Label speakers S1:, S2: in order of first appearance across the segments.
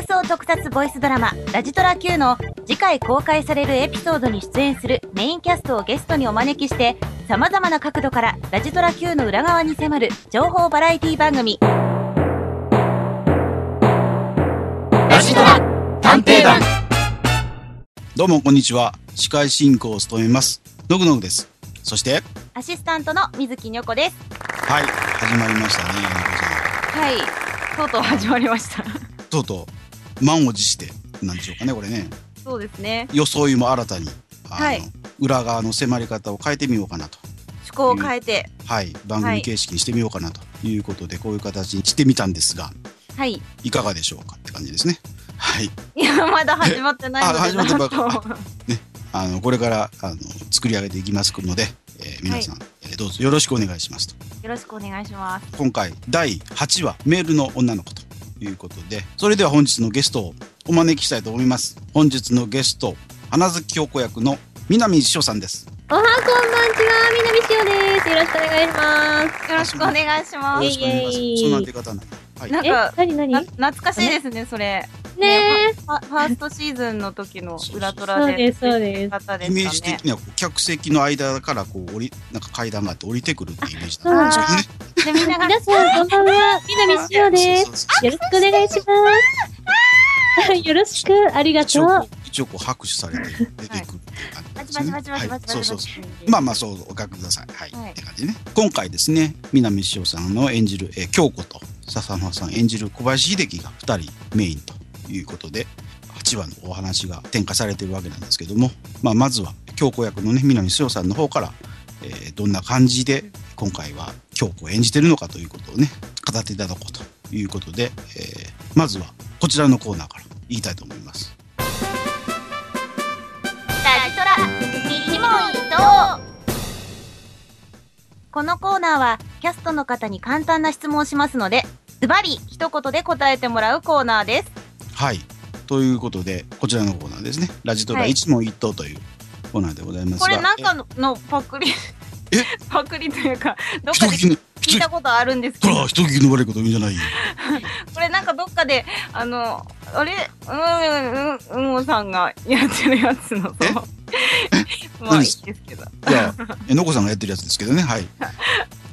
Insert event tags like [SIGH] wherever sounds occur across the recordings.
S1: 送特撮ボイスドラマ「ラジトラ Q」の次回公開されるエピソードに出演するメインキャストをゲストにお招きしてさまざまな角度から「ラジトラ Q」の裏側に迫る情報バラエティ番組
S2: ラジドラ探偵団
S3: どうもこんにちは司会進行を務めますノグノグですそして
S1: アシスタントの水木にょこです
S3: はい始まりましたねのこ
S1: はいとうとう始まりました
S3: さんとうとう満を持してなんでしょうかねこれね
S1: そうですね
S3: 装いも新たにあの
S1: はい
S3: 裏側の迫り方を変えてみようかなと
S1: 趣向を変えて
S3: はい番
S1: は
S3: 組
S1: い
S3: 形式にしてみようかなということで、こういう形にしてみたんですが
S1: はい
S3: いかがでしょうかって感じですねはい
S1: いやまだ始まってないので
S3: あ始まってばっ
S1: なんと
S3: あのこれからあの作り上げていきますので、えー皆さん、えーどうぞよろしくお願いしますと
S1: よろしくお願いします
S3: 今回第8話メールの女の子ということでそれでは本日のゲストをお招きしたいと思います本日のゲスト花月京子役の南翔さんです
S4: おはこんばんちは、みなみしおです。よろしくお願いします。
S1: よろしくお願いしま
S4: イ
S1: す
S4: エイエイ
S3: そんな出方ないはい
S1: なん
S4: え、
S1: か
S4: なになに
S1: な
S4: ね
S1: 懐かしいですねそれ
S4: え、
S1: ファファーストシーズンの時の裏ト
S4: そ
S1: ラ
S4: う
S1: で
S4: です、そうです。
S1: 方で
S3: イメー
S1: し
S3: ジ
S1: たね
S3: 的にはこう客席の間からこう降りなんか階段があって降りてくるっていうイメージ
S4: そう
S3: だっ
S4: なん
S3: た
S4: だ
S3: んです
S1: でみんなが
S4: 皆さん、こんばんは、みなみしお
S3: けどね
S4: で
S3: そ
S4: す。
S3: うそうそう
S4: よろしくお願いします。よろしく、ありが
S3: 一応
S4: とう。
S3: こう一応こう拍手されて出てくるっていう感じ
S1: ま
S3: で
S1: ち
S3: す
S1: まち
S3: ね
S1: まちまち
S3: は
S1: ま
S3: い
S1: ち
S3: そうそ
S1: ま
S3: うそう
S1: ち
S3: まあまあそうお書きください。はい。
S1: はい
S3: って感じね。今回ですね、南しおさんの演じる、えー京子と笹野さん演じる小林秀樹が2人メインということで、8話のお話が展開されてるわけなんですけども、まあ、まずは京子役のね、南しおさんの方から、えーどんな感じで今回は京子を演じてるのかということをね、語っていただこうということで、えーまずはこちらのコーナーから言いたいと思います。
S1: このコーナーはキャストの方に簡単な質問をしますのでズバリ一言で答えてもらうコーナーです
S3: はい。ということで、こちらのコーナーですね。ラジトラ
S1: はい
S3: 一問一答というコーナーでございますが。
S1: これ中ののパクリ
S3: え
S1: [LAUGHS] パクリというかど
S3: え
S1: っか
S3: 人
S1: で
S3: 聞きの、
S1: 聞いたことあるんですけ
S3: ほ
S1: ど
S3: ら、人聞きの悪いこと言うんじ
S1: [LAUGHS]
S3: ゃないよ。
S1: これなんかどっかであのあれうんうんうんうんさんがやってるやつのそのまあいい
S3: 何
S1: です
S3: す
S1: けど
S3: いや、えのこさんがやってるやつですけどね。はい。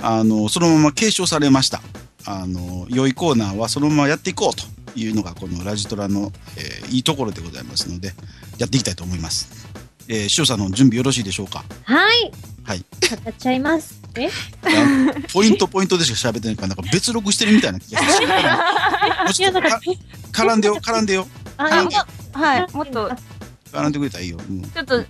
S3: あの、そのまま継承されました。あの、良いコーナーはそのままやっていこうというのが、このラジトラの、えーいいところでございますので、やっていきたいと思います。えー、しおさんの準備よろしいでしょうか。
S4: はい。
S3: はい。
S4: 語っちゃいます。え、
S3: いや
S1: [LAUGHS]
S3: ポイントポイントでしか喋ってないから、なんか別録してるみたいな気がする。もうちょっとか絡んでよ、絡んでよ。
S4: あ、いいね
S1: はいもっと
S3: 絡んでくれたらいいよ。うん
S1: ちょっと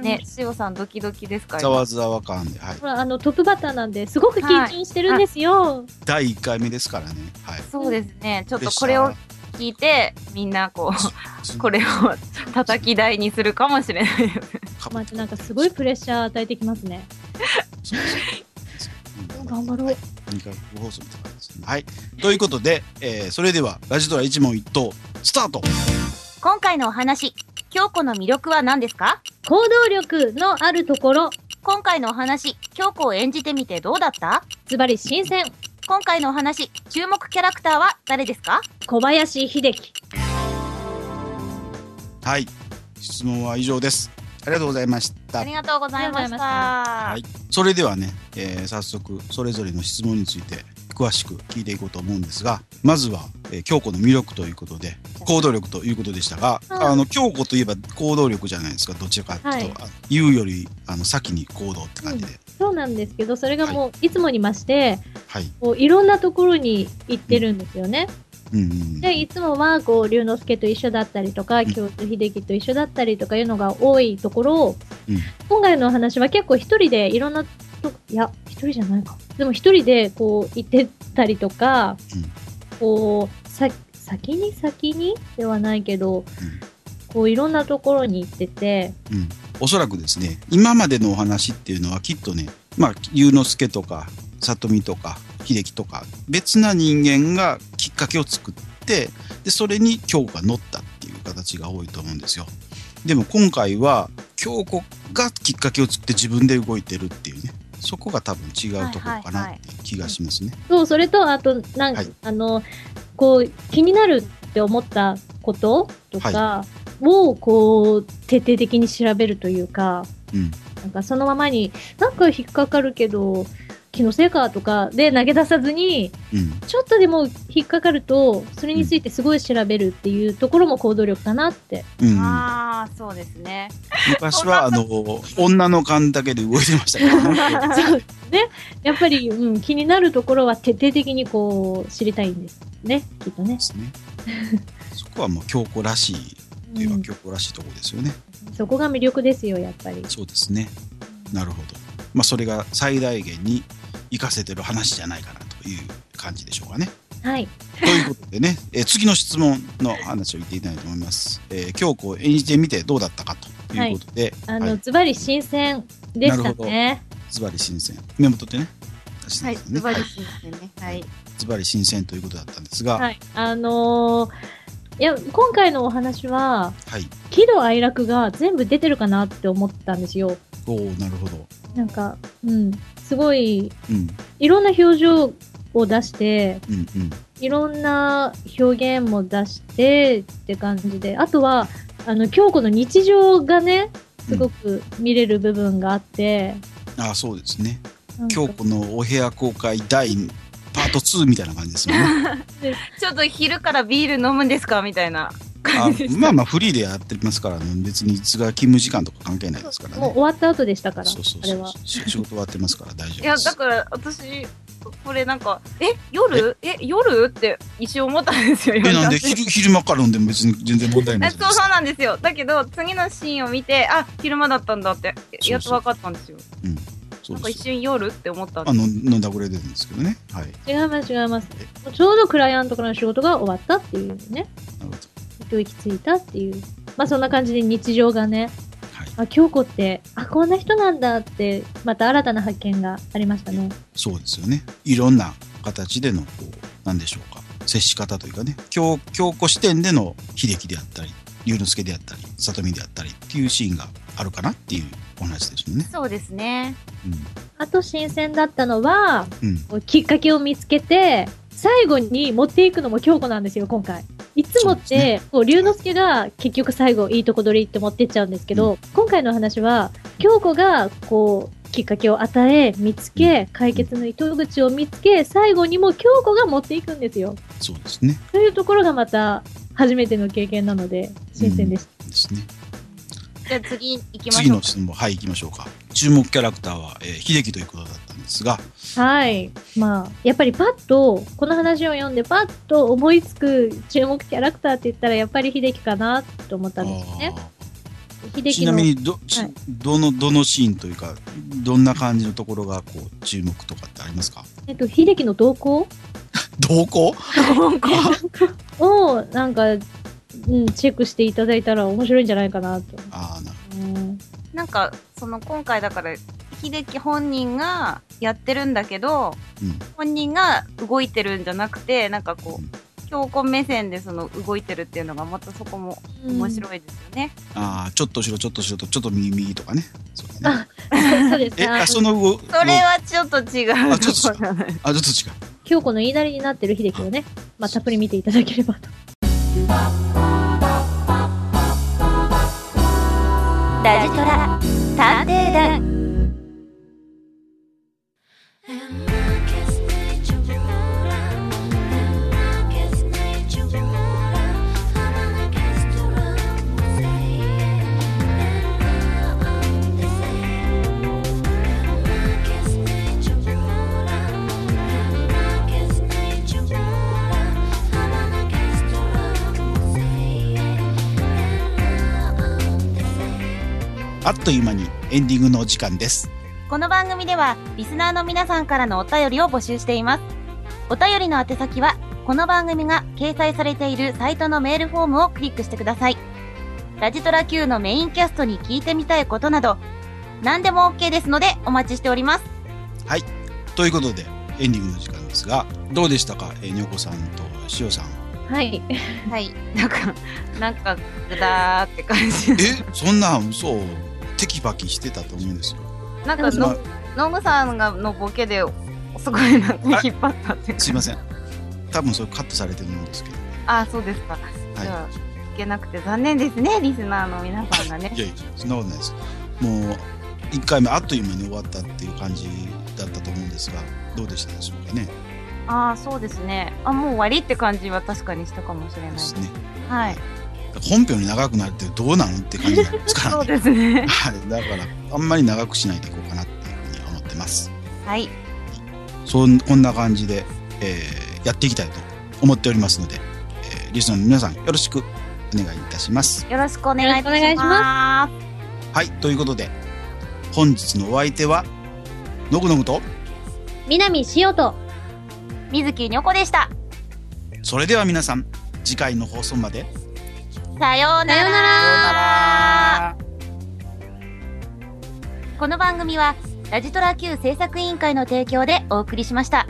S1: ね塩さんドキドキですから
S3: ざわざわ感で、はい、
S4: ほら、あの、トップバッターなんで、すごく緊張してるんですよ。
S3: 第1回目ですからね、はい、
S1: そうですねちょっとこれを聞いてみんなこうこれを叩き台にするかもしれないです
S4: まあ、なんかすごいプレッシャー与えてきますね。頑張ろう。
S3: 2回放送みたいな感じですね。はい、ということで、えーそれではラジドラ一問一答スタート
S1: 今回のお話京子の魅力は何ですか
S4: 行動力のあるところ、
S1: 今回のお話京子を演じてみてどうだった
S4: ズバリ新鮮。
S1: 今回のお話注目キャラクターは誰ですか
S4: 小林秀樹。
S3: はい、質問は以上です。ありがとうございました
S1: あり。がとうございま
S4: あ
S1: し
S4: り
S1: た
S4: がとうございました
S3: はい、それではね、えー早速それぞれの質問について詳しく聞いていこうと思うんですがまずは、えー京子の魅力ということで行動力ということでしたが、
S4: うん
S3: あの京子といえば行動力じゃないですかどちらかというと、言うよりあの先に行動って感じで、
S4: そうなんですけど、それがもう、いつもに増して、
S3: はい、
S4: こういろんなところに行ってるんですよね。
S3: うんうん
S4: で、いつもは、こう、龍之介と一緒だったりとか、
S3: ん
S4: 京都秀樹と一緒だったりとかいうのが多いところを、
S3: うん
S4: 今回のお話は結構一人でいろんなと、いや、一人じゃないか。でも一人で、こう、行ってたりとか、
S3: うん
S4: こう、さ、先に先にではないけど、こう、いろんなところに行ってて、
S3: うん、おそらくですね今までのお話っていうのはきっとねまあ龍之介とか里美とか秀樹とか別な人間がきっかけを作ってでそれに京子が乗ったっていう形が多いと思うんですよ。でも今回は京子がきっかけを作って自分で動いてるっていうねそこが多分違うところかなっていう気がしますね。
S4: そう、それと、あと、なんか、
S3: はい
S4: あの、こう、気になるって思ったこととかをこう徹底的に調べるというか、
S3: うん
S4: なんかそのままになんか引っかかるけど気のせいかとかで投げ出さずに
S3: うん
S4: ちょっとでも引っかかるとそれについてすごい調べるっていうところも行動力かなって
S3: うん、
S1: ああ、そうですね。
S3: 昔はあの女の勘だけで動いてましたから、ね、
S4: [LAUGHS] そうね、やっぱり、うん、気になるところは徹底的にこう知りたいんですね、きっとね
S3: で。す [LAUGHS] ねそこはもう京子らしいといえば京子らしいところですよね、
S4: うんそこが魅力ですよ、やっぱり。
S3: そうですねなるほどまあそれが最大限に活かせてる話じゃないかなという感じでしょうかね
S4: はい、
S3: ということでね、えー次の質問の話を言っていきたいと思います。えー、京子を演じてみてどうだったかということで、
S4: あ
S3: は
S4: の、
S3: い
S4: ズバリ新鮮でしたね。
S3: ズバリ新鮮。メモ取ってね。出して
S1: はい、
S3: ますね
S1: ズバリ
S3: はい
S1: 新鮮ね。はい。
S3: ズバリ新鮮ということだったんですが、は。
S4: はいい、あのーいや、今回のお話は、喜怒哀楽が全部出てるかなって思ったんですよ。
S3: おおなるほど。
S4: なんか、うん、すごい、
S3: うん、
S4: いろんな表情を出して、
S3: うん、うん。
S4: いろんな表現も出してって感じで、あとは、あの、京子の日常がね、すごく見れる部分があって、
S3: ああ、そうですね。
S4: なんか
S3: 京子のお部屋公開第パート2みたいな感じですよね。
S1: ちょっと昼からビール飲むんですかみたいな
S3: あ
S1: 感じでした。
S3: まあまあ、フリーでやってますから、ね、別にいつが勤務時間とか関係ないですから
S4: もう
S3: ね。
S4: 終わった後でしたから、
S3: そうそう
S4: あれ
S3: そう
S4: は。
S3: 仕仕事終わってますから大丈夫です。
S1: いや、だから私、これなんか、え、夜え、夜って一瞬思ったんですよ。
S3: えなんで
S1: 夜
S3: 昼昼間から飲んでも別に全然問題な
S1: え
S3: いじ
S1: そう
S3: ゃないです
S1: そう
S3: か。
S1: なんですよ。だけど、次のシーンを見て、あ、昼間だったんだって、やっと分かったんですよ。
S3: そう
S1: なんか
S3: で
S1: 一
S3: す
S1: 瞬夜って思ったん
S3: あ
S1: で
S3: の飲んだくれてるんですけどね。はい。な
S4: 違います、違います。もうちょうどクライアントからの仕事が終わったっていうね、
S3: るほど。
S4: 一息ついたっていう。まあそんな感じで日常がね、
S3: はい。
S4: あ、京子って、あ、こんな人なんだって、また新たな発見がありましたね。
S3: そうですよね。いろんな形でのこうなんでしょうか接し方というかね強強子視点での秀樹であったり龍之介であったり里見であったりっていうシーンがあるかなっていうお話ですよね
S1: す。。そうですね。
S4: あと新鮮だったのは、
S3: うん。うん。
S4: きっかけを見つけて、最後に持っていくのも京子なんですよ、今回。いつもっ
S3: そうで
S4: て、こう、龍之介が結局最後いいとこ取りって持ってっちゃうんですけど、今回の話は、京子が、こう、きっかけを与え、見つけ、解決の糸口を見つけ、最後にも京子が持っていくんですよ。
S3: そうですね。
S4: というところがまた、初めての経験なので、新鮮でした。
S3: ですね。
S1: じゃあ次行きま
S3: 次
S1: しょう
S3: の。質問はい行きましょうか。注目キャラクターは、えー秀樹ということだったんですが、
S4: はい。まあ、やっぱりパッと、この話を読んで、パッと思いつく注目キャラクターって言ったら、やっぱり秀樹かなと思ったんですよね。
S3: あー
S4: 秀
S3: ち
S4: 樹
S3: な
S4: の
S3: みにど、ち
S4: はい
S3: どのどのシーンというかどんな感じのところがこう注目とかってありますか
S4: えっと、秀樹の
S3: [LAUGHS]
S4: 動向
S3: 同行
S4: を、なんか、うん、チェックしていただいたら面白いんじゃないかなと。
S3: ああな
S4: うん
S1: なんかその今回だから秀樹本人がやってるんだけど、
S3: うん
S1: 本人が動いてるんじゃなくてなんかこう、
S3: うん
S1: 強根目線でその動いてるっていうのがまたそこも面白いですよね。
S3: あーちょっと後ろちょっと後ろとちょっと右右とかねそうだね
S4: い。そうです
S3: え
S4: ね。あ
S3: あその動
S1: それはちょっと違う
S3: あちょっと
S1: ところなん [LAUGHS] です
S3: あちょっと違う
S4: 京子の言いなりになってる秀樹をね、まあ、たっぷり見ていただければと。
S1: ラジトラ探偵団
S3: あっという間にエンディングのお時間です
S1: この番組ではリスナーの皆さんからのお便りを募集しています。お便りの宛先はこの番組が掲載されているサイトのメールフォームをクリックしてください。ラジトラ Q のメインキャストに聞いてみたいことなど何でも OK ですのでお待ちしております。
S3: ということでエンディングの時間ですがどうでしたかえーにょこさんとしおさん
S4: はい。
S1: はい。なんか、なんかぐだーって感じ。
S3: えそんなん嘘テキパキしてたと思うんですよ
S1: なんか
S4: ま
S1: の、ノングさんがのボケで、すごいなんか引っ張ったっていうか
S3: すいません多分それカットされてるんですけど
S1: あ、そうですか。
S3: はい
S1: じゃあ、聞けなくて残念ですねリスナーの皆さんがね
S3: いやいや、そんなことないです。もう、1回目、あっという間に終わったっていう感じだったと思うんですが、どうでしたでしょうかね。
S1: ああそうですねあもう終わりって感じは確かにしたかもしれない
S3: で
S1: ですす
S3: ね。
S1: はい
S3: 本編より長くなるってどうなのって感じなんですから、ね。
S1: そうですね [LAUGHS]
S3: はい、だから、あんまり長くしないでいこうかなっていうふうに思ってます。
S1: はい
S3: そん、こんな感じで、えーやっていきたいと思っておりますので、えーリスナーの皆さん、よろしくお願いいたします。
S1: よろしくお願いいた
S4: よろ
S1: し
S4: しくお願いし
S1: ます
S3: はい、ということで、本日のお相手は、のぐのぐと、
S4: [LAUGHS] 南塩と
S1: 水木にょこでした
S3: それでは皆さん、次回の放送まで、
S1: さようなら
S4: さような
S2: ら
S1: この番組はラジトラ Q 制作委員会の提供でお送りしました。